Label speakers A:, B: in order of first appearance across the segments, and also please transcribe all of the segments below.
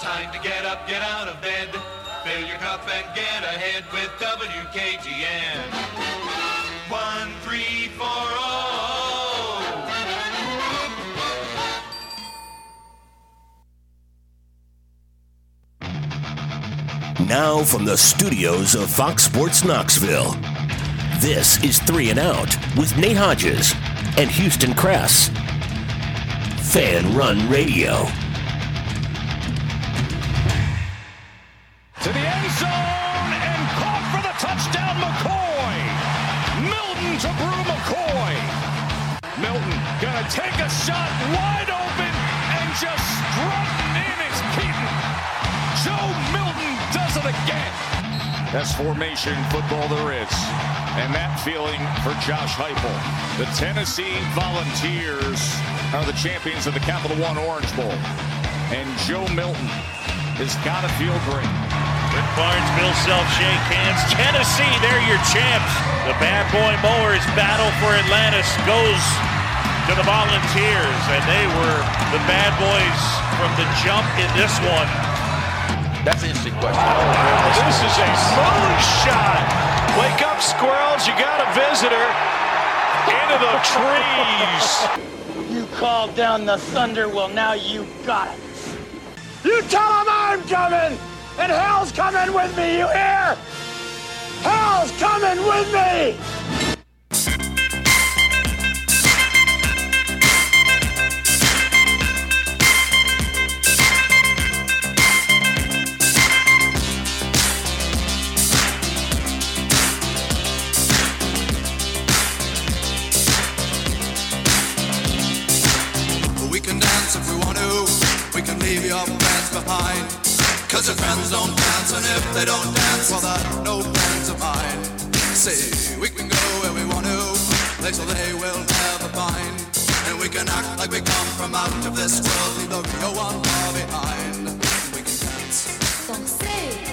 A: Time to get up, get out of bed. Fill your cup and get ahead with WKGN. 1340.
B: Now from the studios of Fox Sports Knoxville, this is Three and Out with Nate Hodges and Houston Cress. Fan Run Radio.
C: to the end zone and caught for the touchdown, McCoy. Milton to Brew McCoy. Milton gonna take a shot wide open and just strutting in his Keaton. Joe Milton does it again. Best formation football there is. And that feeling for Josh Heupel. The Tennessee Volunteers are the champions of the Capital One Orange Bowl. And Joe Milton has got to feel great.
D: With Barnes, Bill Self shake hands. Tennessee, they're your champs. The bad boy mowers battle for Atlantis goes to the Volunteers, and they were the bad boys from the jump in this one.
E: That's an interesting question.
C: This is a moonshot. Wake up, squirrels. You got a visitor. Into the trees.
F: You called down the thunder, well, now you got it.
C: you tell them I'm coming, and hell's coming with me, you hear? Hell's coming with me.
G: We can dance if we want to. We can leave your friends behind. Cause your friends don't dance, and if they don't dance, well, they're no friends of mine. See, we can go where we want to, place where they will never find. And we can act like we come from out of this world, leave the real one far behind. We can dance.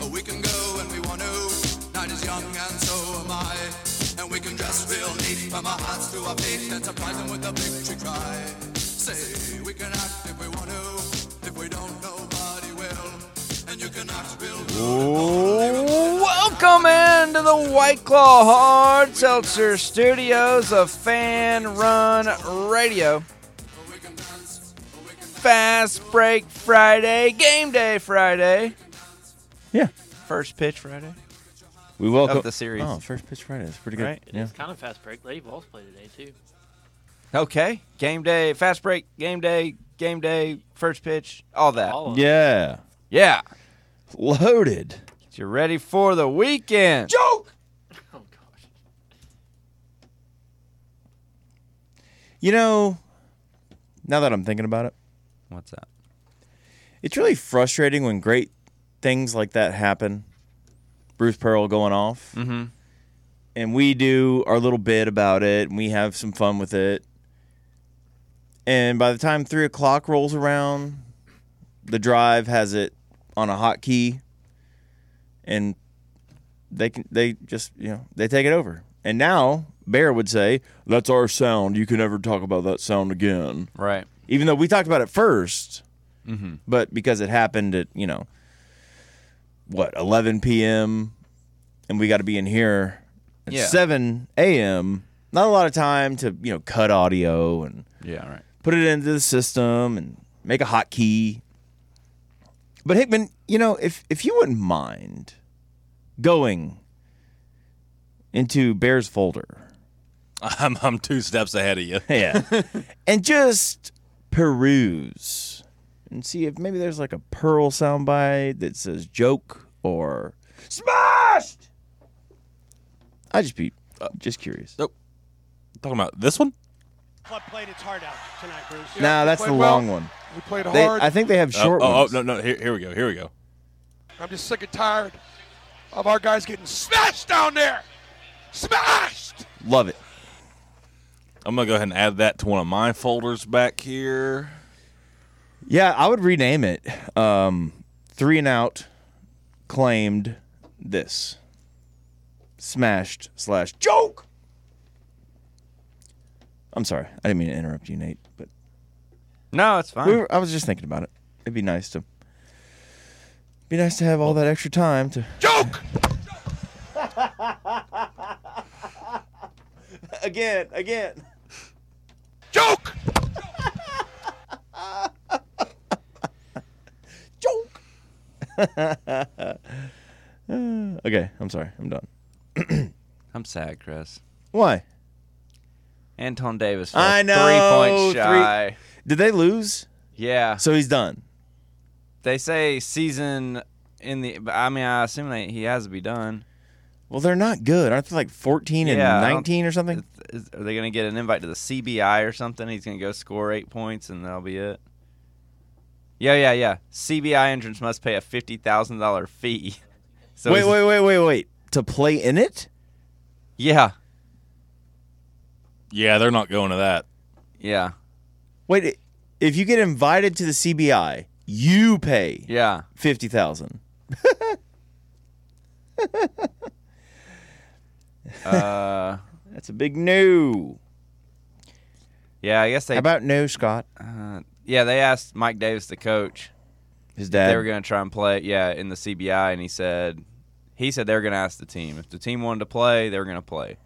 G: Oh, We can go when we want to. Night is young and so am I. And we can dress real neat from our hearts to our feet and surprise them with a victory cry. Say, we can act if we want to. If we don't, nobody will. And you can act real
E: Welcome into the White Claw Hard Seltzer Studios of Fan Run Radio. Fast Break Friday, Game Day Friday,
H: Yeah.
E: First Pitch Friday.
H: We welcome
E: the series.
H: Oh, first pitch Friday. That's pretty good.
E: Right.
H: Yeah.
I: It's kind of fast break. They balls play today too.
E: Okay, Game Day, Fast Break, Game Day, Game Day, First Pitch, all that.
I: All of
H: Yeah.
E: Yeah,
H: Loaded.
E: you're ready for the weekend. Joke.
I: Oh gosh.
H: You know, now that I'm thinking about it,
E: What's that?
H: it's really frustrating when great things like that happen. Bruce Pearl going off. Mm-hmm. And we do our little bit about it and we have some fun with it. And by the time three o'clock rolls around, the drive has it on a hotkey and they can they just you know they take it over. And now Bear would say, That's our sound. You can never talk about that sound again
E: Right.
H: even though we talked about it 1st but because it happened at you know what 11 p.m and we got to be in here at
E: Yeah.
H: 7 a.m not a lot of time to you know cut audio and
E: Yeah. Right.
H: put it into the system and make a hotkey but hickman you know if if you wouldn't mind going into bear's folder
J: I'm, I'm two steps ahead of you.
H: yeah. and just peruse and see if maybe there's like a pearl soundbite that says joke or smashed. I just be just curious.
J: Talking about this one?
F: What played its heart out tonight, Bruce?
H: nah, that's the long one.
K: We played
H: They,
K: hard.
H: I think they have
J: Oh,
H: short
J: oh, oh,
H: ones.
J: no, no. Here, here we go. Here we go.
K: I'm just sick and tired of our guys getting smashed down there. Smashed!
H: Love it.
J: I'm gonna go ahead and add that to one of my folders back here.
H: Yeah, I would rename it. Um, three and out claimed this smashed slash joke.
B: I'm sorry, I didn't mean to interrupt you, Nate. But
H: no, it's fine.
B: We were- I was just thinking about it. It'd be nice to be nice to have all that extra time to
K: joke.
B: again, again.
K: Joke.
B: Joke. okay, I'm sorry. I'm done.
H: I'm sad, Chris.
B: Why?
H: Anton Davis. fell
B: I
H: Three
B: know.
H: points shy.
B: Did they lose?
H: Yeah.
B: So he's done.
H: They say season in the. but I mean, I assume they, he has to be done.
B: Well, they're not good. Aren't they like 14
H: Yeah, I
B: and
H: don't-
B: 19 or something?
H: Is, are they going to get an invite to the CBI or something? He's going to go score eight points and that'll be it. Yeah, yeah, yeah. CBI entrants must pay a fifty thousand dollar fee. So
B: wait,
H: he's-
B: wait, wait, wait, wait. To play in it?
H: Yeah.
J: Yeah, they're not going to that.
H: Yeah.
B: Wait, i- if you get invited to the CBI, you pay.
H: Yeah.
B: 50,000.
H: Uh,
B: That's a big no.
H: yeah, I guess they.
B: How about no, Scott?
H: Uh, yeah, they asked Mike Davis, the coach,
B: His
H: if
B: dad.
H: They were going to try and play, yeah, in the CBI, and he said, he said they were going to ask the team if the team wanted to play, they were going to play,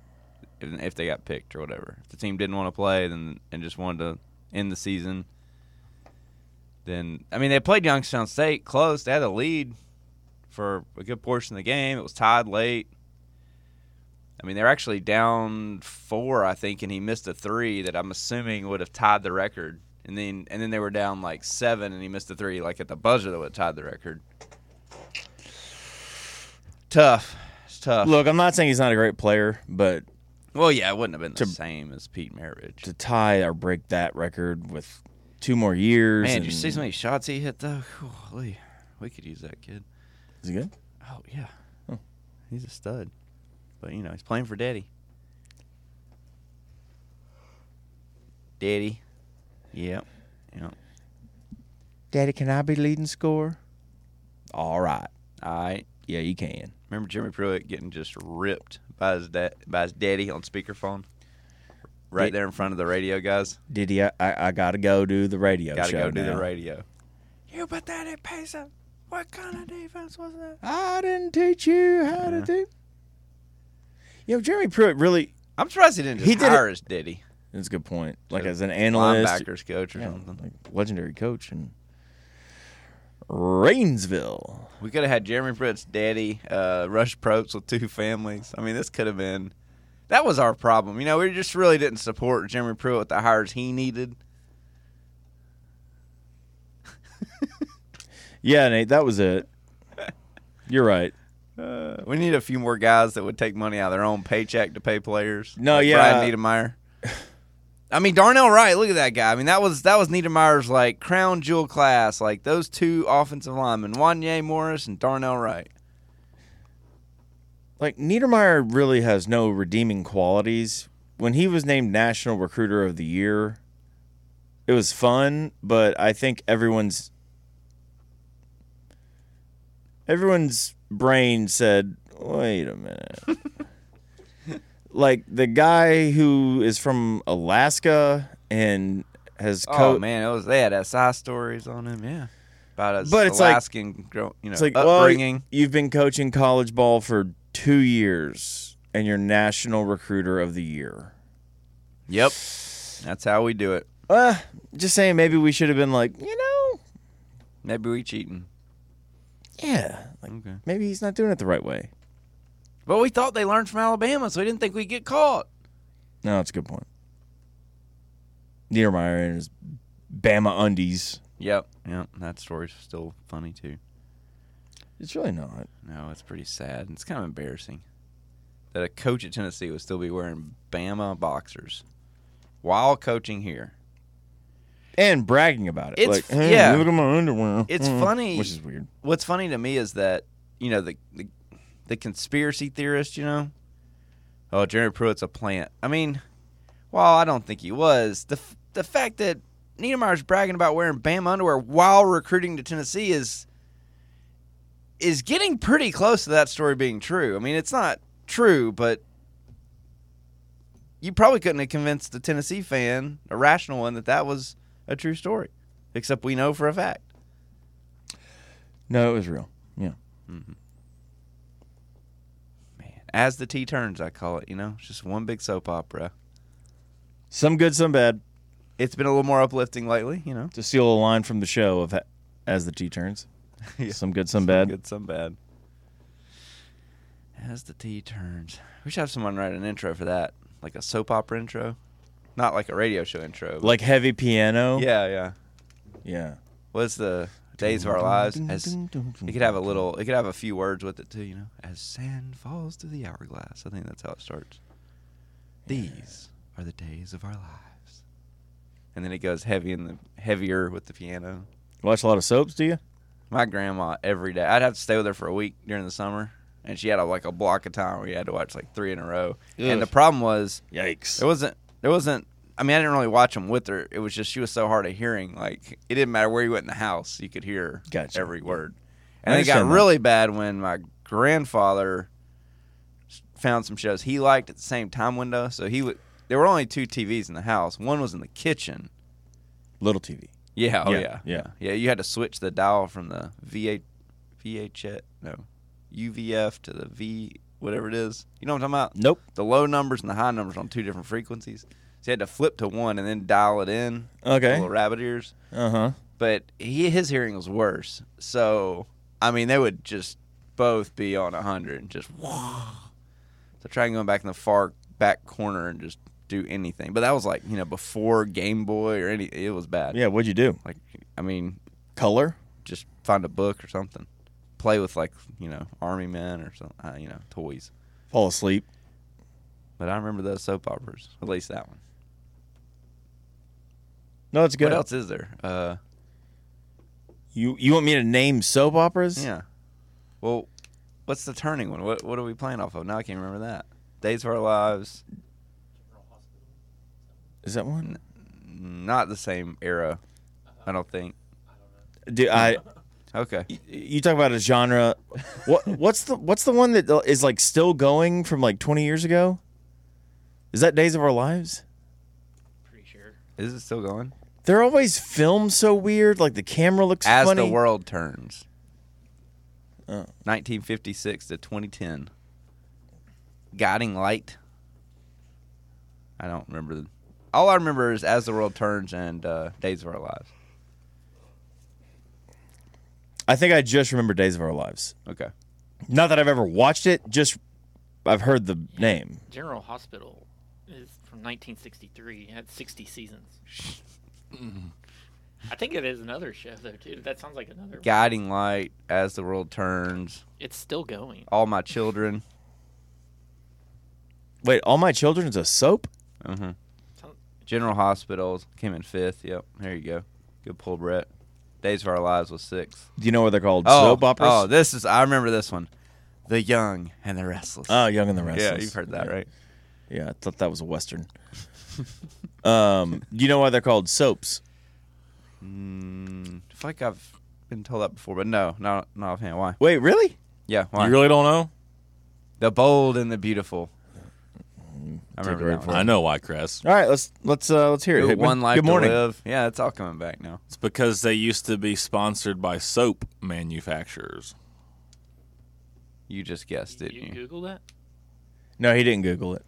H: if, if they got picked or whatever. If the team didn't want to play, then and just wanted to end the season, then I mean they played Youngstown State close. They had a lead for a good portion of the game. It was tied late. I mean, they're actually down four, I think, and he missed a three that I'm assuming would have tied the record. And then and then they were down like seven, and he missed a three like at the buzzer that would have tied the record. Tough. It's tough.
B: Look, I'm not saying he's not a great player, but
H: Well, yeah, it wouldn't have been the same as Pete Maravich.
B: to tie or break that record with two more years.
H: Man, did you see
B: and-
H: so many shots he hit though? Holy, we could use that kid.
B: Is he good?
H: Oh yeah, he's a stud. But you know, he's playing for Daddy. Daddy. Yep. Yep.
B: Daddy, can I be leading score? All right.
H: All right.
B: Yeah, you can.
H: Remember Jimmy Pruitt getting just ripped by his dad by his daddy on speakerphone, right
B: Did-
H: there in front of the radio guys.
B: Did he? I, I got to go do the radio
H: Got to
B: show.
H: go do the
B: now.
H: radio.
L: You pathetic piece of. What kind of defense was that?
B: I didn't teach you how
H: Uh-huh.
B: to do. Yo, Jeremy Pruitt really.
H: I'm surprised he didn't just
B: He did
H: hire
B: it-
H: his daddy.
B: That's a good point. Like as an analyst,
H: linebackers coach or
B: yeah,
H: something.
B: like legendary coach in Rainsville.
H: We could have had Jeremy Britt's daddy, uh, Rush Probst with two families. I mean, this could have been. That was our problem. You know, we just really didn't support Jeremy Pruitt with the hires he needed.
B: Yeah, Nate, that was it. You're right.
H: Uh, we need a few more guys that would take money out of their own paycheck to pay players.
B: No,
H: like
B: yeah.
H: Brian Niedermeyer. I mean, Darnell Wright. Look at that guy. I mean, that was that was Niedermeyer's like crown jewel class. Like those two offensive linemen, Wanye Morris and Darnell Wright.
B: Like Niedermeyer really has no redeeming qualities. When he was named National Recruiter of the Year, it was fun, but I think everyone's everyone's brain said, "Wait a minute." like the guy who is from Alaska and has
H: Oh
B: coached
H: man, it was they had SI stories on him. Yeah, about his
B: But it's like-
H: Alaskan, grow, you know,
B: It's like,
H: upbringing.
B: well, you've been coaching college ball for two years, and you're national recruiter of the year.
H: Yep. That's how we do it.
B: Uh, just saying, maybe we should have been like, you know,
H: Maybe we cheating.
B: yeah, like
H: Okay.
B: maybe he's not doing it the right way.
H: But we thought they learned from Alabama, so we didn't think we'd get caught.
B: No, that's a good point. Niedermeyer and his Bama undies.
H: Yep. Yep. That story's still funny too.
B: It's really not.
H: No, it's pretty sad. It's kind of embarrassing that a coach at Tennessee would still be wearing Bama boxers while coaching here.
B: And bragging about it.
H: It's
B: like,
H: f-
B: "Hey,
H: yeah.
B: look at my underwear.
H: It's
B: Mm,
H: funny.
B: Which is weird.
H: What's funny to me is that you know the the, the conspiracy theorist, you know, oh Jeremy Pruitt's a plant. I mean, while I don't think he was, the f- the fact that Niedermeyer's bragging about wearing Bama underwear while recruiting to Tennessee is is getting pretty close to that story being true. I mean, it's not true, but you probably couldn't have convinced a Tennessee fan, a rational one, that that was a true story, except we know for a fact.
B: No, it was real. Yeah.
H: Mm-hmm. Man, as the tea turns, I call it. You know, it's just one big soap opera.
B: Some good, some bad.
H: It's been a little more uplifting lately. You know,
B: To steal a line from the show of ha- as the tea turns.
H: Yeah.
B: Some good, some bad.
H: good, some bad. As the tea turns, we should have someone write an intro for that, like a soap opera intro, not like a radio show intro. but-
B: Like heavy piano.
H: Yeah, yeah.
B: Yeah.
H: What's the days of our lives? As it could have a little, it could have a few words with it too. You know, as sand falls through the hourglass. I think that's how it starts. These are the days of our lives, and then it goes heavy in the heavier with the piano.
B: Watch a lot of soaps, do you?
H: My grandma every day. I'd have to stay with her for a week during the summer, and she had a, like a block of time where you had to watch like three in a row. And the
B: Ugh.
H: problem was,
B: Yikes.
H: It wasn't. It wasn't. I mean, I didn't really watch them with her. It was just she was so hard of hearing. Like it didn't matter where you went in the house, you could hear
B: Gotcha.
H: every word.
B: I
H: And it got
B: understand that.
H: really bad when my grandfather s- found some shows he liked at the same time window. So he would. There were only two TVs in the house. One was in the kitchen.
B: Little TV.
H: Yeah. Oh
B: Yeah,
H: yeah.
B: yeah.
H: Yeah. You had to switch the dial from the VH, VHF, no, UVF to the V, whatever it is. You know what I'm talking about?
B: Nope.
H: The low numbers and the high numbers on two different frequencies. So you had to flip to one and then dial it in. with
B: Okay.
H: Little rabbit ears.
B: Uh huh.
H: But he his hearing was worse. So I mean, they would just both be on hundred, just. So trying going back in the far back corner and just do anything. But that was like you know before Game Boy or any. It was bad.
B: Yeah. What'd you do?
H: Like, I mean,
B: Color.
H: just find a book or something. Play with like you know army men or some uh, you know toys.
B: Fall asleep.
H: But I remember those soap operas, at least that one.
B: No, it's good.
H: What else is there? Uh,
B: You you want me to name soap operas?
H: yeah. Well, what's the turning one? What what are we playing off of? Now I can't remember that. Days of Our Lives,
B: Is that one?
H: not the same era, I don't think.
B: Do I?
H: Okay.
B: You talk about a genre. What what's the what's the one that is like still going from like 20 years ago? Is that Days of Our Lives?
H: Is it still going?
B: They're always filmed so weird. Like the camera looks
H: As
B: funny.
H: the World Turns.
B: Oh.
H: 1956 to 2010. Guiding Light. I don't remember. The, all I remember is As the World Turns and uh, Days of Our Lives.
B: I think I just remember Days of Our Lives.
H: Okay.
B: Not that I've ever watched it. Just I've heard the name.
F: General Hospital is from 1963. It had 60 seasons. I think it is another show though too. That sounds like another. one.
H: Guiding Light, As the World Turns,
F: It's still going.
H: All My Children.
B: Wait, All My Children's a soap?
H: Uh-huh. General Hospitals came in fifth. Yep. There you go. Good pull, Brett. Days of Our Lives was sixth.
B: Do you know what they're called?
H: Oh,
B: soap operas?
H: Oh, this is. I remember this one. The Young and the Restless.
B: Oh, Young and the Restless.
H: Uh, Yeah, you've heard that, right?
B: Yeah, I thought that was a western. um, do you know why they're called soaps?
H: Mm, I feel like I've been told that before, but no, not not offhand. Why?
B: Wait, really?
H: Yeah, why?
J: You really don't know?
H: the bold and the beautiful. I
B: Take
H: remember
B: your
H: that
B: word
H: one.
J: I know why, Chris.
B: All right, let's let's uh, let's hear it.
H: Ooh,
B: Hickman.
H: one life
B: Good morning.
H: to live. Yeah, it's all coming back now.
J: It's because they used to be sponsored by soap manufacturers.
H: You just guessed, didn't
F: You
H: you?
F: Google that? Oh.
B: No, he didn't Google it.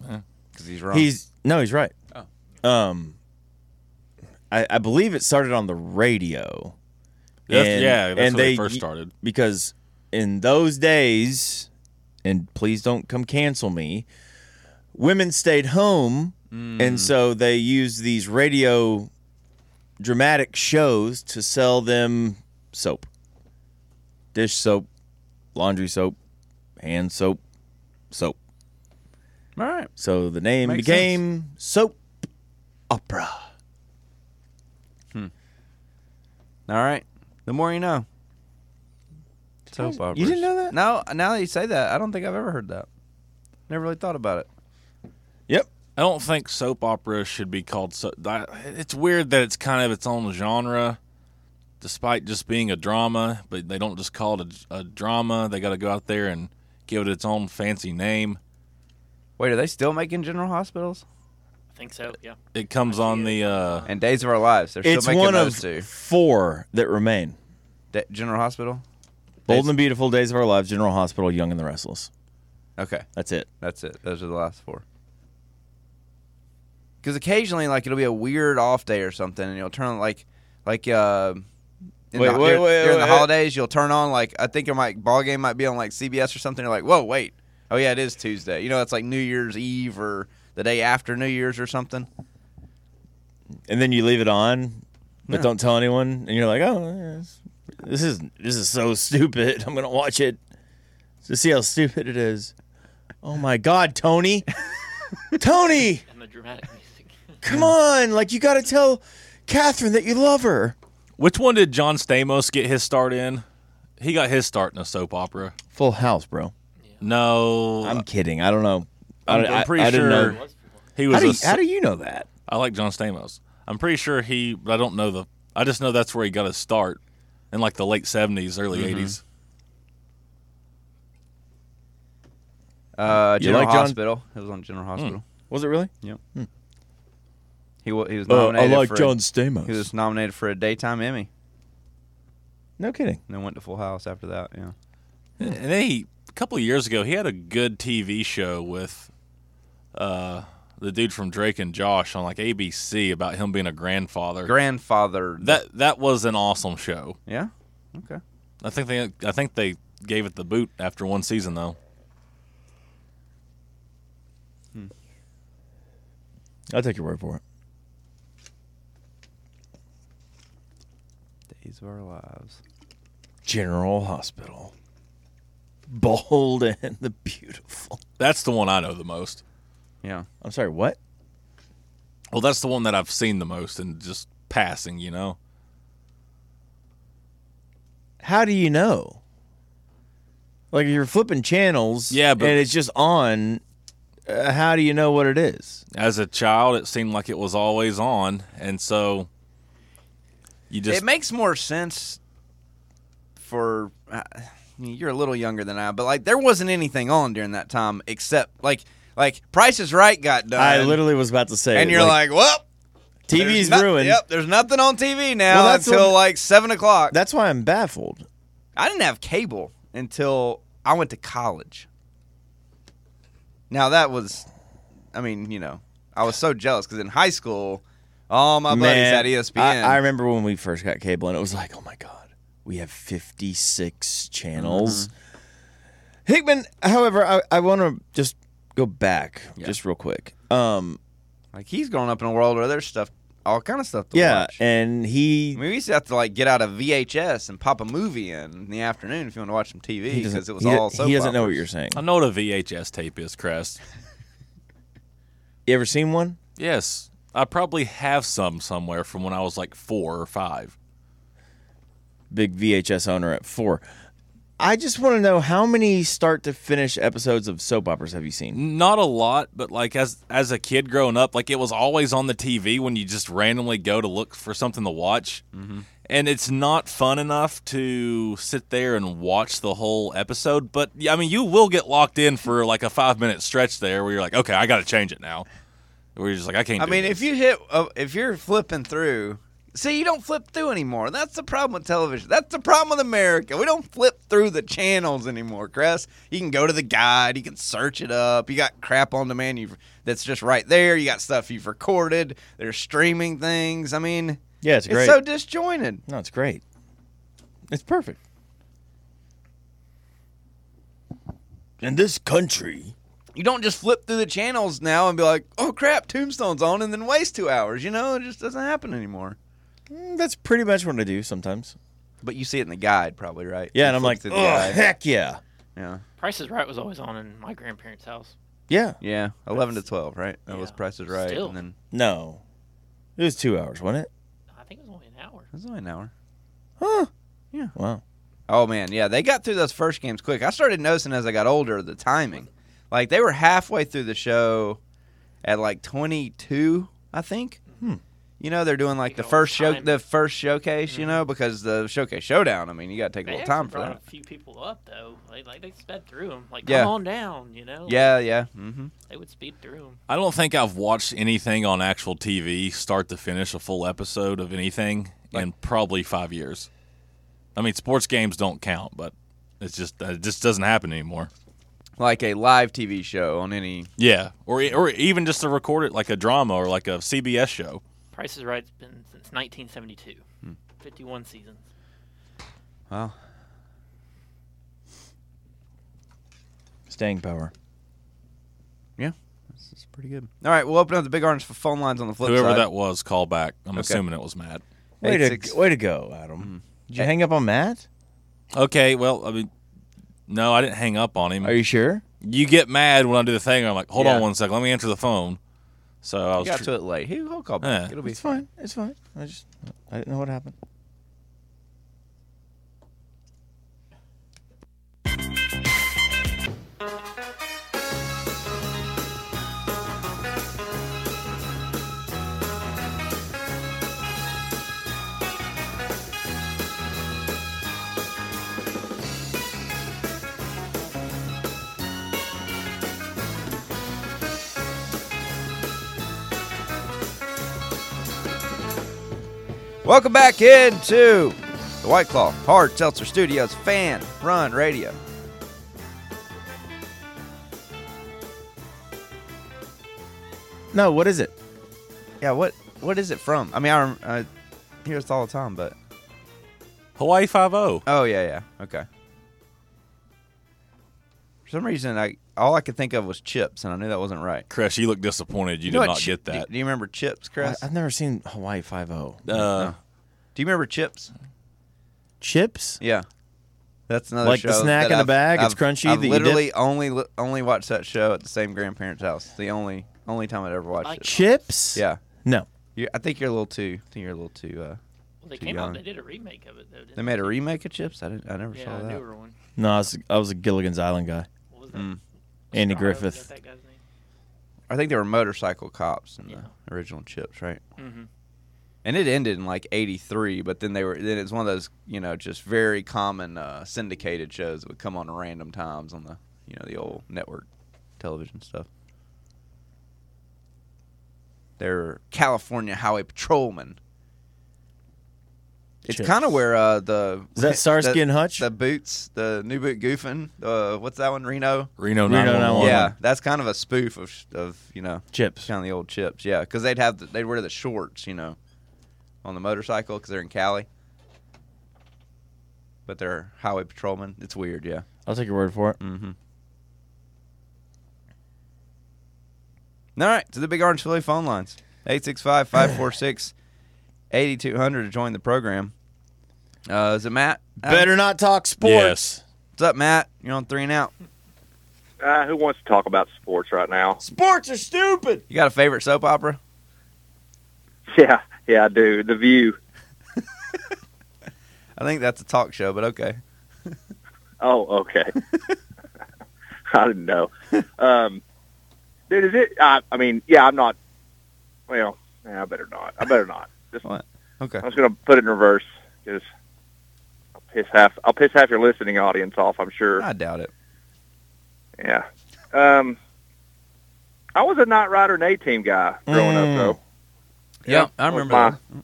H: Because he's wrong.
B: He's no, he's right. Oh. Um, I, I believe it started on the radio.
J: That's-
B: And-
J: yeah, that's
B: and
J: where they
B: they
J: first started.
B: because in those days, and please don't come cancel me, women stayed home,
H: Mm,
B: and so they used these radio dramatic shows to sell them soap, dish soap, laundry soap, hand soap, soap.
H: all right.
B: So the name
H: Makes
B: became soap opera.
H: All right. The more you know. Soap operas.
B: You didn't know that?
H: No, now that you say that, I don't think I've ever heard that. Never really thought about it.
B: Yep.
J: I don't think soap opera should be called soap. It's weird that it's kind of its own genre, despite just being a drama. But they don't just call it a, a drama. They got to go out there and give it its own fancy name.
H: Wait, are they still making General Hospitals?
F: I think so. Yeah.
J: It comes on the uh,
H: and Days of Our Lives. They're
B: it's
H: still making
B: one
H: those
B: of
H: two.
B: four that remain.
H: Da- General Hospital.
B: Bold and Beautiful, Days of Our Lives, General Hospital, Young and the Restless.
H: Okay,
B: that's it.
H: That's it. Those are the last four. Because occasionally, like it'll be a weird off day or something, and you'll turn on, like, like uh, in
B: Wait,
H: the,
B: wait,
H: during,
B: wait,
H: during
B: wait.
H: the holidays, you'll turn on like I think it might ball game might be on like CBS or something. You're like, whoa, wait, oh yeah, it is Tuesday. You know, it's like New Year's Eve or the day after New Year's or something.
B: And then you leave it on, but
H: Yeah.
B: don't tell anyone. And you're like, oh, yeah, it's- this is this is so stupid. I'm gonna watch it to see how stupid it is. Oh my God, Tony, Tony,
F: And the dramatic.
B: come on! Like you got to tell Catherine that you love her.
J: Which one did John Stamos get his start in? He got his start in a soap opera.
B: Full House, bro.
J: No,
B: I'm kidding. I don't know. I,
J: I'm,
B: I-
J: I'm pretty
B: I
J: sure
B: didn't know.
J: he was.
B: How do,
J: a
B: you, how
J: so-
B: do you know that?
J: I like John Stamos. I'm pretty sure he. but I don't know the. I just know that's where he got his start in like the late '70s, early
B: Mm-hmm.
H: Mhm.
J: '80s.
H: Uh,
J: You
H: General
J: like John-
H: Hospital. It was on General Hospital.
B: Was it really?
H: Yep.
B: Hmm.
H: He wa- he was
B: Uh, I
H: nominated.
B: like
H: for a-
B: John Stamos.
H: He was nominated for a daytime Emmy.
B: No kidding.
H: And then went to Full House after that. Yeah.
J: And then he, a couple of years ago, he had a good TV show with uh, the dude from Drake and Josh on like ABC about him being a grandfather.
H: Grandfather.
J: That that was an awesome show.
H: Yeah. Okay.
J: I think they I think they gave it the boot after one season though.
B: I'll take your word for it.
H: Days of Our Lives.
B: General Hospital. Bold and the Beautiful.
J: That's the one I know the most.
H: Yeah.
B: I'm sorry, what?
J: Well, that's the one that I've seen the most and just passing, you know.
B: How do you know? Like you're flipping channels,
J: Yeah, but-
B: and it's just on. Uh, how do you know what it is?
J: As a child, it seemed like it was always on, and so you just
H: it makes more sense for uh, you're a little younger than I, but like there wasn't anything on during that time except like like Price is Right got done.
B: I literally was about to say,
H: and you're like, well,
B: TV's
H: there's not-
B: ruined.
H: Yep, there's nothing on TV now
B: Well, that's
H: until
B: what-
H: like seven o'clock.
B: That's why I'm baffled.
H: I didn't have cable until I went to college. Now that was, I mean, you know, I was so jealous because in high school, all my
B: Man,
H: buddies had E ESPN.
B: I, I remember when we first got cable, and it was like, oh my god, we have 56 channels.
J: Mm-hmm.
B: Hickman, however, I, I want to just go back just real quick. Um,
H: like he's grown up in a world where there's stuff, all kind of stuff. To
B: yeah,
H: watch.
B: and he
H: I mean, we used to have to like get out a VHS and pop a movie in in the afternoon if you want to watch some TV
B: He doesn't-
H: because it was
B: he do-
H: all soap
B: he doesn't know
H: operas.
B: what you're saying.
J: I know what a VHS tape is, Crest.
B: You ever seen one?
J: yes, I probably have some somewhere from when I was like four or five.
B: Big VHS owner at four. I just want to know how many start to finish episodes of soap operas have you seen?
J: Not a lot, but like as as a kid growing up, like it was always on the TV when you just randomly go to look for something to watch. Mm-hmm. And it's not fun enough to sit there and watch the whole episode, but yeah, I mean, you will get locked in for like a five minute stretch there where you're like, okay, I got to change it now. Where you're just like, I can't.
H: I
J: do
H: mean,
J: this.
H: if you hit, uh, if you're flipping through, see, you don't flip through anymore. That's the problem with television. That's the problem with America. We don't flip through the channels anymore, Chris. You can go to the guide, you can search it up. You got crap on demand you that's just right there. You got stuff you've recorded. There's streaming things. I mean,
B: Yeah, it's great.
H: it's so disjointed.
B: no, it's great. It's perfect. In this country,
H: You don't just flip through the channels now and be like, "Oh crap, Tombstone's on," and then waste two hours. You know, it just doesn't happen anymore.
B: Mm, That's pretty much what I do sometimes.
H: But you see it in the guide, probably right?
B: Yeah,
H: You
B: and I'm
H: flip
B: like,
H: through
B: oh
H: the guide."
B: heck yeah,
H: yeah.
F: Price is Right was always on in my grandparents' house.
B: yeah.
H: Yeah, eleven to twelve, right? That was
F: Yeah.
H: Price is Right,
F: Still.
H: and then
B: No, it was two hours, wasn't it?
F: I think it was only an hour.
H: it was only an hour.
B: Huh?
H: Yeah.
B: Wow.
H: Oh man, yeah, they got through those first games quick. I started noticing as I got older the timing, like they were halfway through the show at like twenty two, I think.
B: Hmm.
H: You know they're doing like the first show, the first showcase. You know because the showcase showdown. I mean, you got to take a
F: Mm-hmm. They actually
H: little time for
F: brought
H: that.
F: A few people up though, like, like they sped through them. Like
J: Yeah.
F: come on down, you know.
H: Yeah,
F: Like,
H: yeah. Mm-hmm.
F: They would speed through them.
J: I don't think I've watched anything on actual TV, start to finish, a full episode of anything in probably five years. I mean, sports games don't count, but it's just it just doesn't happen anymore.
H: Like a live TV show on any.
J: Yeah, or e, or even just to record it like a drama or like a CBS show.
F: Price is Right's been since 1972,
H: Hmm.
F: 51 seasons.
H: Wow.
B: Staying power.
H: Yeah, this is pretty good. All right, we'll open up the big orange for phone lines on the flip
J: Whoever
H: side.
J: that was, call back. I'm
H: Okay.
J: assuming it was Matt.
B: Way to,
H: six-
B: way to go, Adam. Did you hang up on Matt?
J: Okay, well, I mean, no, I didn't hang up on him. Are
B: you sure?
J: You get mad when I do the thing. I'm like, hold
B: Yeah.
J: on one second, let me answer the phone. So I was
H: got
J: tr-
H: to it late. He- he'll call back.
J: Yeah.
H: It'll be
B: It's fine. It's fine. I just I didn't know what happened.
H: Welcome back into the White Claw Hard Seltzer Studios Fan Run Radio.
B: No, what is it?
H: Yeah, what what is it from? I mean, I, rem- I hear this all the time, but
J: Hawaii Five O.
H: Oh yeah, yeah. Okay. For some reason, I all I could think of was chips, and I knew that wasn't right.
J: Chris, you look disappointed. You,
H: know
J: did
H: what
J: not
H: chip-
J: get that.
H: Do, do you remember chips, Chris?
B: I, have never seen Hawaii Five O.
J: Uh,
H: do you remember chips?
B: Chips?
H: Yeah. That's another
B: Like the
H: show
B: snack
H: that
B: in the
H: I've-
B: bag, it's
H: I've-
B: crunchy
H: I've
B: that you dip?
H: literally only li- only watched that show at the same grandparents' house. The only only time I'd ever watched it.
B: Chips?
H: Yeah.
B: No.
H: You, I think you're a little too. I think you're a little too. Uh,
F: Well, they
H: too
F: came
H: young.
F: out. They did a remake of it though. Didn't
H: They made a remake of Chips. I didn't. I never
F: Yeah,
H: saw
F: a
H: that.
F: newer one.
B: No, I was I was a Gilligan's Island guy.
F: What was
H: that? Mm.
B: Andy
F: Starro, is
B: Griffith.
F: that that guy's name?
H: I think they were motorcycle cops in the original Chips, right?
F: Mhm.
H: And it ended in like '83, but then they were. Then it's one of those, you know, just very common uh, syndicated shows that would come on at random times on the, you know, the old network television stuff. They're California Highway Patrolmen. It's
B: Chips.
H: kind of where uh, the
B: Is that Starsky
H: the-
B: and Hutch?
H: The boots, the new boot goofing. Uh, what's that one? Reno.
J: Reno
B: Reno 911. 911.
H: Yeah, that's kind of a spoof of of you know
B: Chips.
H: kind of the old chips. Yeah, because they'd have the, they'd wear the shorts, you know, on the motorcycle because they're in Cali. But they're highway patrolmen. It's weird. Yeah.
B: I'll take your word for it.
H: Mm-hmm. All right, to the Big Orange Philly phone lines 865 546 8200 to join the program. Uh, is it Matt?
B: Better not talk sports.
J: Yes.
H: What's up, Matt? You're on three and out.
C: Uh, who wants to talk about sports right now?
B: Sports are stupid.
H: You got a favorite soap opera?
C: Yeah, yeah, I do. The View.
H: I think that's a talk show, but okay.
C: Oh, okay. I didn't know. Um, dude, is it? I, I mean, yeah, I'm not. Well, yeah, I better not. I better not. Just,
H: What? Okay.
C: I was gonna put it in reverse because I'll piss half. I'll piss half your listening audience off. I'm sure.
H: I doubt it.
C: Yeah. Um, I was a Knight Rider and A Team guy growing
B: Mm.
C: up, though.
H: Yeah, I
C: That was
H: remember.
C: my-
H: those.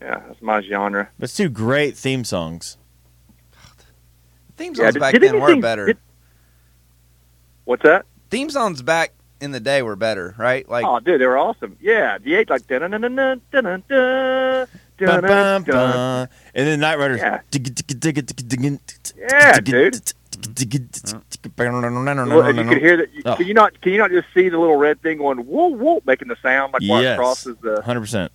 C: yeah, that's my genre.
B: That's two great theme songs.
H: Theme
C: Yeah,
H: songs
C: did-
H: back
C: did
H: then were
C: anything-
H: better.
C: did- What's that?
H: Theme songs back in the day were better, right? Like
C: oh, dude, they were awesome. Yeah, the eight like dun dun dun dun dun dun
B: Bum, bum,
C: dun dun.
B: bum. And then Night Riders.
C: Yeah.
B: Yeah,
C: Yeah, dude. Well, and you could hear that. You,
B: Oh.
C: Can you not? Can you not just see the little red thing going whoa whoa, making the sound like while it
B: Yes.
C: crosses the?
B: 100%.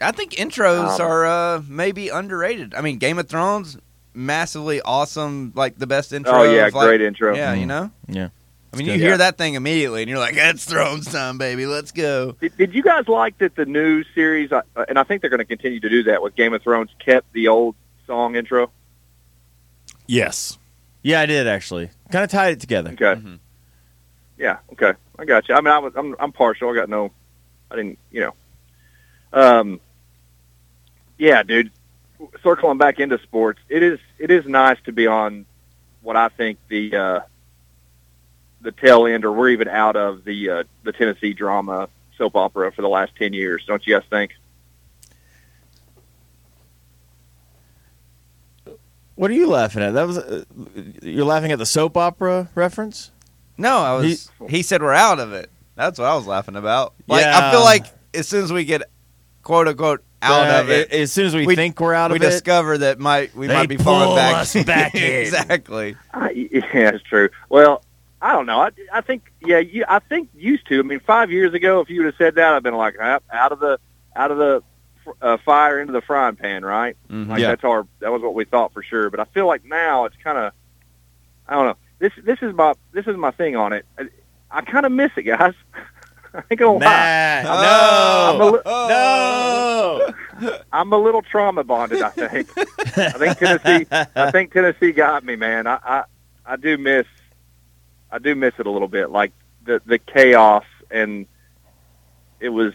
H: I think intros
C: Um,
H: are uh, maybe underrated. I mean, Game of Thrones, massively awesome, like the best intro.
C: Oh yeah,
H: of, like-
C: great intro.
H: Yeah, you know.
B: Mm-hmm. Yeah.
H: I mean,
B: It's
H: you
B: good.
H: hear that thing immediately, and you're like, "It's Thrones time, baby. Let's go."
C: Did, did you guys like that the new series? uh, And I think they're going to continue to do that with Game of Thrones. Kept the old song intro.
J: Yes.
B: Yeah, I did actually. Kind of tied it together.
C: Okay. Yeah. Okay. I got you. I mean, I was. I'm. I'm partial. I got no. I didn't. You know. Um, yeah, dude. Circling back into sports, it is it is nice to be on what I think the uh, the tail end, or we're even out of the uh, the Tennessee drama soap opera for the last ten years. Don't you guys think?
B: What are you laughing at? That was uh, you're laughing at the soap opera reference?
H: No, I was. He, said we're out of it. That's what I was laughing about. Like I feel
B: Yeah.
H: like as soon as we get quote unquote out
B: Yeah,
H: of it,
B: a- as soon as we think we're out of
H: we
B: it,
H: discover that might we
B: they
H: might be falling
B: pull
H: back
B: us back in.
H: exactly.
C: I, Uh, yeah, it's true. Well, I don't know. I, I think yeah, you, I think used to. I mean, five years ago, if you would have said that, I've been like "Ah, out of the out of the uh, fire into the frying pan, right? Like
B: Mm-hmm. yeah.
C: that's our that was what we thought for sure. But I feel like now it's kind of I don't know. This this is my this is my thing on it. I, I kind of miss it, guys. I think I'll
B: Matt,
C: lie.
B: no. Oh.
C: I'm a li-
B: no.
C: I'm a little trauma bonded. I think. I think Tennessee. I think Tennessee got me, man. I, I I do miss. I do miss it a little bit, like the the chaos and it was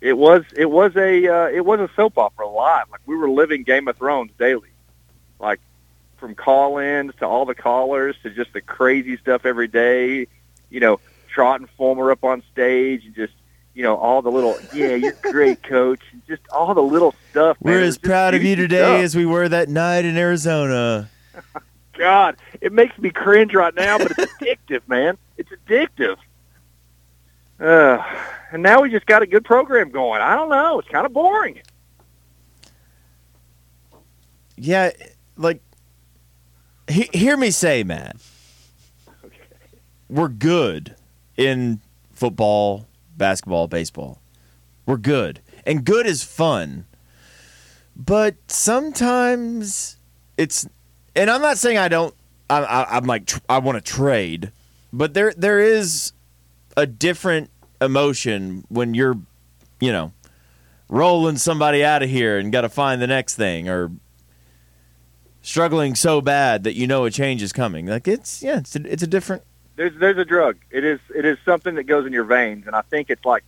C: it was it was a uh, it was a soap opera live. Like we were living Game of Thrones daily, like from call-ins to all the callers to just the crazy stuff every day. You know, Trot and Fulmer up on stage and just you know all the little yeah you're great coach and just all the little stuff. man.
B: We're
C: It
B: as
C: was just
B: proud of you
C: juicy
B: today
C: stuff.
B: as we were that night in Arizona.
C: God, it makes me cringe right now, but it's addictive, man. It's addictive. Uh, and now we just got a good program going. I don't know. It's kind of boring.
B: Yeah, like he, hear me say, Matt. We're good in football, basketball, baseball. We're good. And good is fun. But sometimes it's and I'm not saying I don't I, I I'm like tr- I want to trade, but there there is a different emotion when you're, you know, rolling somebody out of here and got to find the next thing or struggling so bad that you know a change is coming. Like it's yeah, it's a, it's a different.
C: There's there's a drug. It is it is something that goes in your veins, and I think it's like,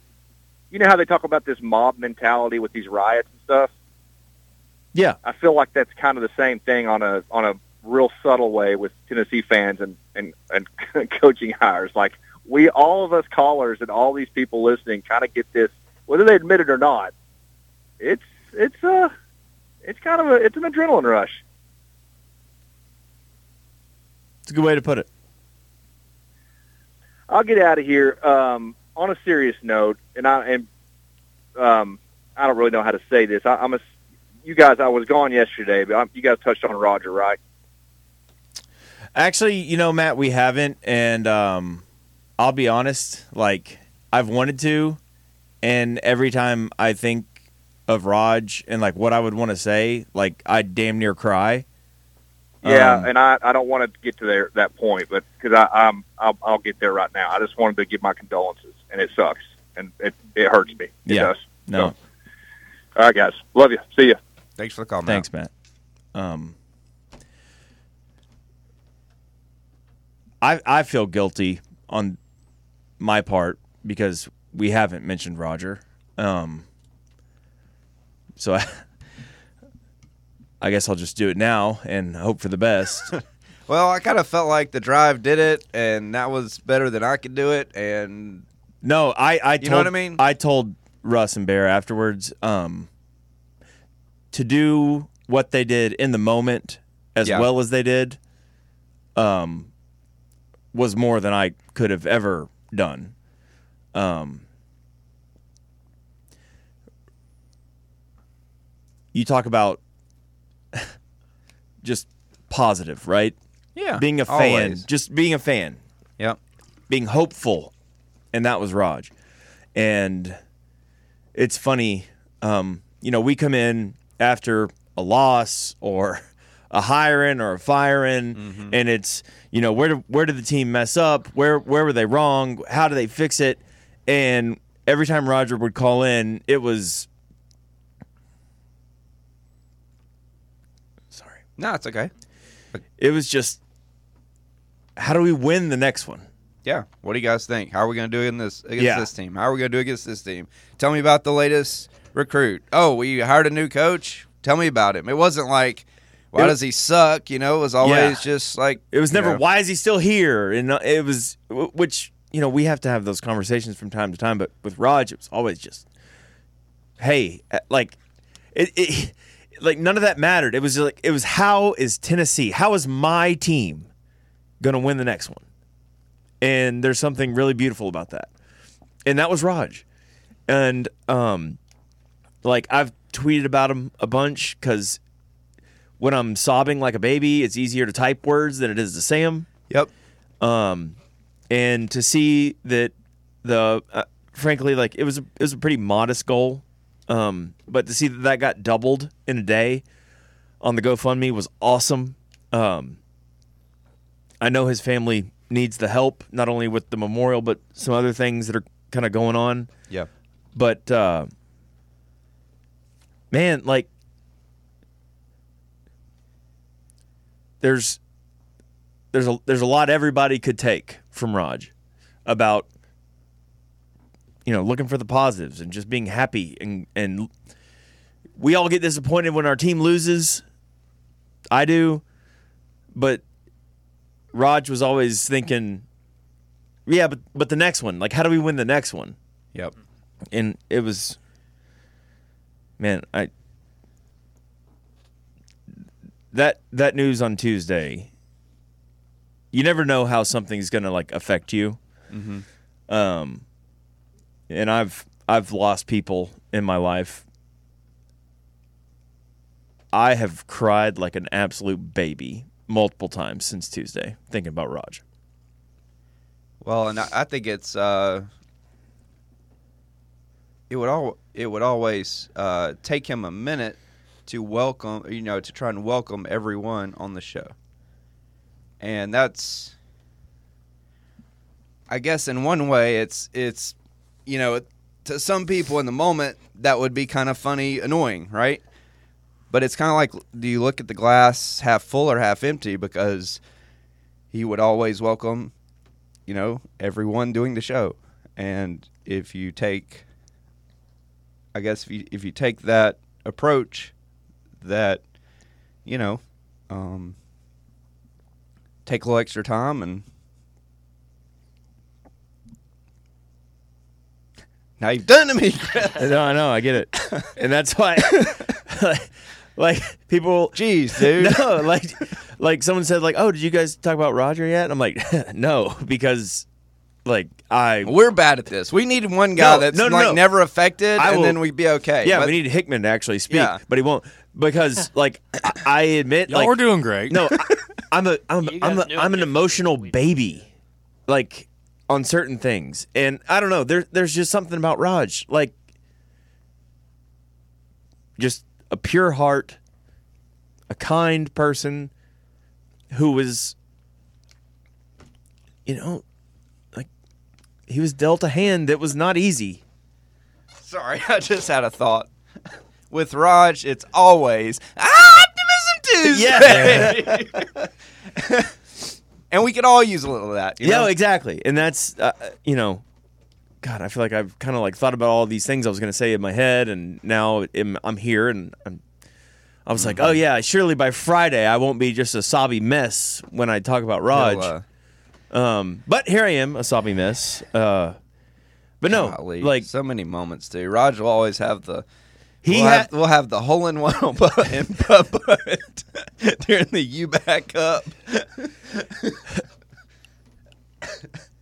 C: you know how they talk about this mob mentality with these riots and stuff.
B: Yeah,
C: I feel like that's kind of the same thing on a on a real subtle way with Tennessee fans and and and coaching hires. Like we all of us callers and all these people listening kind of get this, whether they admit it or not. It's it's uh it's kind of a it's an adrenaline rush.
B: it's a good way to put it.
C: I'll get out of here um, on a serious note, and I and um, I don't really know how to say this. I, I'm a you guys. I was gone yesterday, but I'm, you guys touched on Roger, right?
B: Actually, you know, Matt, we haven't, and um, I'll be honest. Like I've wanted to, and every time I think of Raj and like what I would want to say, like I damn near cry.
C: Yeah,
B: Um,
C: and I, I don't want to get to there that point, but because I'm I'll, I'll get there right now. I just wanted to give my condolences, and it sucks, and it it hurts me. It
B: yeah.
C: does.
B: No.
C: All right, guys, love you. See you.
H: Thanks for the call,
B: Thanks, Matt. Um, I I feel guilty on my part because we haven't mentioned Roger. Um, so I, I guess I'll just do it now and hope for the best.
H: Well, I kind of felt like the drive did it, and that was better than I could do it, and
B: No, I, I
H: You
B: told,
H: know what I mean?
B: I told Russ and Bear afterwards um, to do what they did in the moment as
H: Yeah.
B: well as they did um, was more than I could have ever done. Um, you talk about just positive, right?
H: Yeah,
B: Being a fan,
H: always.
B: just being a fan.
H: Yep.
B: Being hopeful. And that was Raj. And it's funny, um, you know, we come in after a loss or a hiring or a firing and it's, you know, where do, where did the team mess up? Where where were they wrong? How do they fix it? And every time Roger would call in, it was
H: no, it's okay.
B: it was just how do we win the next one?
H: yeah, what do you guys think? How are we going to do in this against
B: Yeah.
H: this team? How are we going to do against this team? Tell me about the latest recruit. Oh, we hired a new coach. Tell me about him. It wasn't like, why
B: It-
H: does he suck? You know, it was always just like
B: it was
H: you
B: never
H: know.
B: why is he still here and uh, it was wh- which you know we have to have those conversations from time to time but with raj it was always just hey uh, like it, it like none of that mattered it was just like it was how is tennessee how is my team gonna win the next one and there's something really beautiful about that and that was raj and um like i've tweeted about him a bunch because when I'm sobbing like a baby, it's easier to type words than it is to say them.
H: Yep.
B: Um, and to see that the, uh, frankly, like it was a, it was a pretty modest goal, um, but to see that that got doubled in a day on the GoFundMe was awesome. Um, I know his family needs the help, not only with the memorial, but some other things that are kind of going on.
H: Yeah.
B: But uh, man, like there's there's a there's a lot everybody could take from Raj about you know looking for the positives and just being happy and and we all get disappointed when our team loses. I do, but Raj was always thinking, yeah, but but the next one, like how do we win the next one?
H: Yep.
B: And it was man, I that that news on Tuesday. You never know how something's gonna like affect you.
M: Mhm.
B: Um, and I've I've lost people in my life. I have cried like an absolute baby multiple times since Tuesday thinking about Raj.
H: Well, and I, I think it's uh, it would all it would always uh, take him a minute to welcome you know to try and welcome everyone on the show, and that's I guess in one way it's it's you know to some people in the moment that would be kind of funny annoying right but it's kind of like do you look at the glass half full or half empty because he would always welcome you know everyone doing the show and if you take I guess if you if you take that approach that you know um, take a little extra time and Now you've done to me.
B: no, I know, I get it, and that's why, like, like, people.
H: Jeez, dude.
B: No, like, like someone said, like, oh, did you guys talk about Roger yet? And I'm like, no, because, like, I
H: we're bad at this. We need one guy that's like never affected,
B: I
H: and
B: will-
H: then we'd be okay.
B: Yeah,
H: But-
B: we need Hickman to actually speak,
H: Yeah.
B: but he won't because, like, I- I admit,
J: Y'all
B: like,
J: were doing great.
B: No, I, am a, I'm, a, I'm, a, I'm an emotional baby, like, on certain things, and I don't know. There, there's just something about Raj, like, just a pure heart, a kind person, who was, you know, like, he was dealt a hand that was not easy.
H: Sorry, I just had a thought. With Raj, it's always Optimism Tuesday. and we could all use a little of that. You
B: yeah,
H: know?
B: exactly. And that's uh, you know, God, I feel like I've kind of like thought about all these things I was going to say in my head, and now I'm, I'm here, and I'm, I was
H: Mm-hmm.
B: like, oh yeah, surely by Friday I won't be just a sobby mess when I talk about Raj.
H: You'll, uh,
B: um, but here I am, a sobby mess. Uh, but no,
H: Golly,
B: like
H: so many moments too. Raj will always have the.
B: He
H: we'll,
B: ha-
H: have, we'll have the hole in one on Bubba and Bubba during the U back up.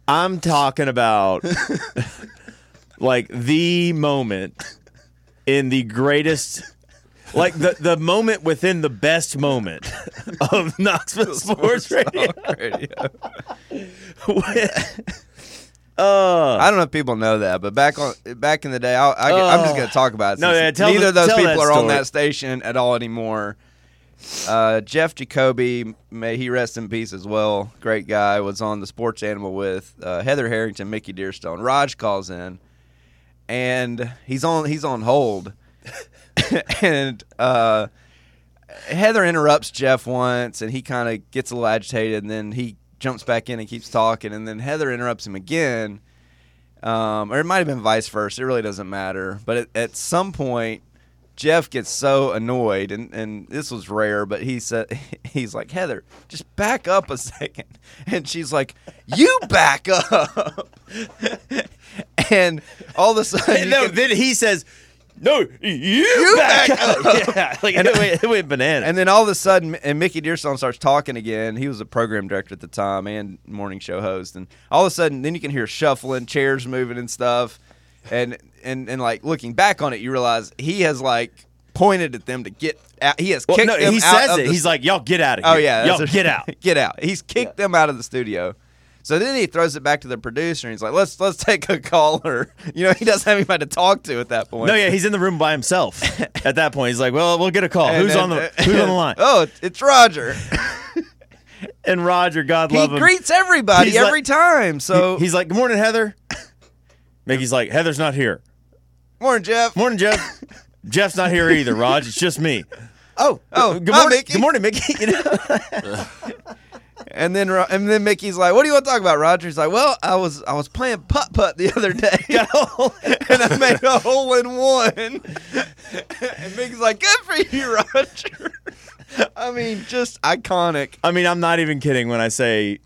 B: I'm talking about like the moment in the greatest like the, the moment within the best moment of Knoxville Sports Radio. Uh,
H: I don't know if people know that, but back on back in the day, I, I, I'm just
B: Oh.
H: going to talk about it.
B: No,
H: since
B: yeah, tell
H: neither
B: the-
H: of those
B: tell
H: people
B: that
H: are on
B: story.
H: that station at all anymore. Uh, Jeff Jacoby, may he rest in peace as well. Great guy, was on the Sports Animal with uh, Heather Harrington, Mickey Deerstone. Raj calls in, and he's on he's on hold, and uh, Heather interrupts Jeff once, and he kind of gets a little agitated, and then he jumps back in and keeps talking, and then Heather interrupts him again. Um, or it might have been vice versa. It really doesn't matter. But at, at some point, Jeff gets so annoyed, and, and this was rare, but he said he's like Heather, just back up a second, and she's like, "You back up," and all of a sudden,
B: No, then he says, "No, you, back up." Yeah, like, it went- it went bananas.
H: uh, And then all of a sudden, and Mickey Dearstone starts talking again. He was a program director at the time and morning show host. And all of a sudden, then you can hear shuffling, chairs moving, and stuff. And and and like looking back on it, you realize he has like pointed at them to get out. He has
B: Well,
H: kicked
B: no,
H: them
B: he
H: out
B: says
H: of
B: it.
H: the-
B: He's like, "Y'all get out of
H: Oh
B: here.
H: yeah,
B: Y'all
H: that's-
B: get out."
H: get out. He's kicked them out of the studio. So then he throws it back to the producer and he's like, "Let's let's take a caller." You know, he doesn't have anybody to talk to at that point.
B: No, yeah, he's in the room by himself. At that point, he's like, "Well, we'll get a call.
H: And
B: who's
H: then-
B: on the Who's on the line?"
H: Oh, it's Roger.
B: And Roger, God
H: He
B: love him,
H: greets everybody
B: He's
H: every
B: like-
H: time. So
B: he- he's like, "Good morning, Heather." Mickey's like, "Heather's not here."
H: Morning, Jeff.
B: Morning, Jeff. Jeff's not here either, Raj. It's just me.
H: Oh, oh,
B: good
H: hi,
B: morning,
H: Mickey.
B: good morning, Mickey. You know?
H: and then Ro- and then Mickey's like, "What do you want to talk about, Roger?" He's like, "Well, I was I was playing putt putt the other day, Got a hole- and I made a hole in one." and Mickey's like, "Good for you, Roger." I mean, just iconic.
B: I mean, I'm not even kidding when I say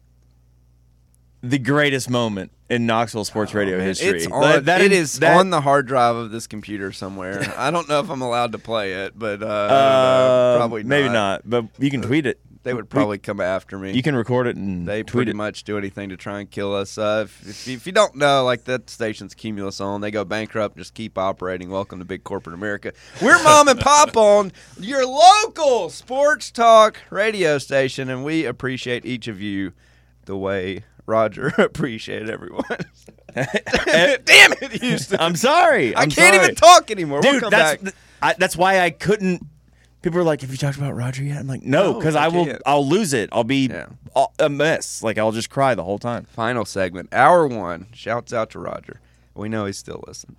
B: the greatest moment in Knoxville sports radio history.
H: Oh, It's on, it is on the hard drive of this computer somewhere. I don't know if I'm allowed to play it, but uh, I don't know. probably
B: Uh,
H: Uh,
B: maybe not, but you can tweet it.
H: They would probably come after me.
B: You can record it and
H: They
B: Mm. tweet
H: pretty
B: it.
H: much do anything to try and kill us. Uh, if, if, if you don't know, like that station's Cumulus on. They go bankrupt, just keep operating. Welcome to big corporate America. We're mom and pop on your local sports talk radio station, and we appreciate each of you the way Roger appreciated everyone. Damn it, Houston!
B: I'm sorry.
H: I
B: I'm
H: can't
B: sorry.
H: even talk anymore.
B: Dude,
H: we'll come
B: that's
H: back.
B: th- I, that's why I couldn't. People are like, "Have you talked about Roger yet?" I'm like, "No,"
H: No,
B: because
H: I
B: I will.
H: can't.
B: I'll lose it. I'll be all- a mess. Like I'll just cry the whole time.
H: Final segment, hour one. Shouts out to Roger. We know he's still listening.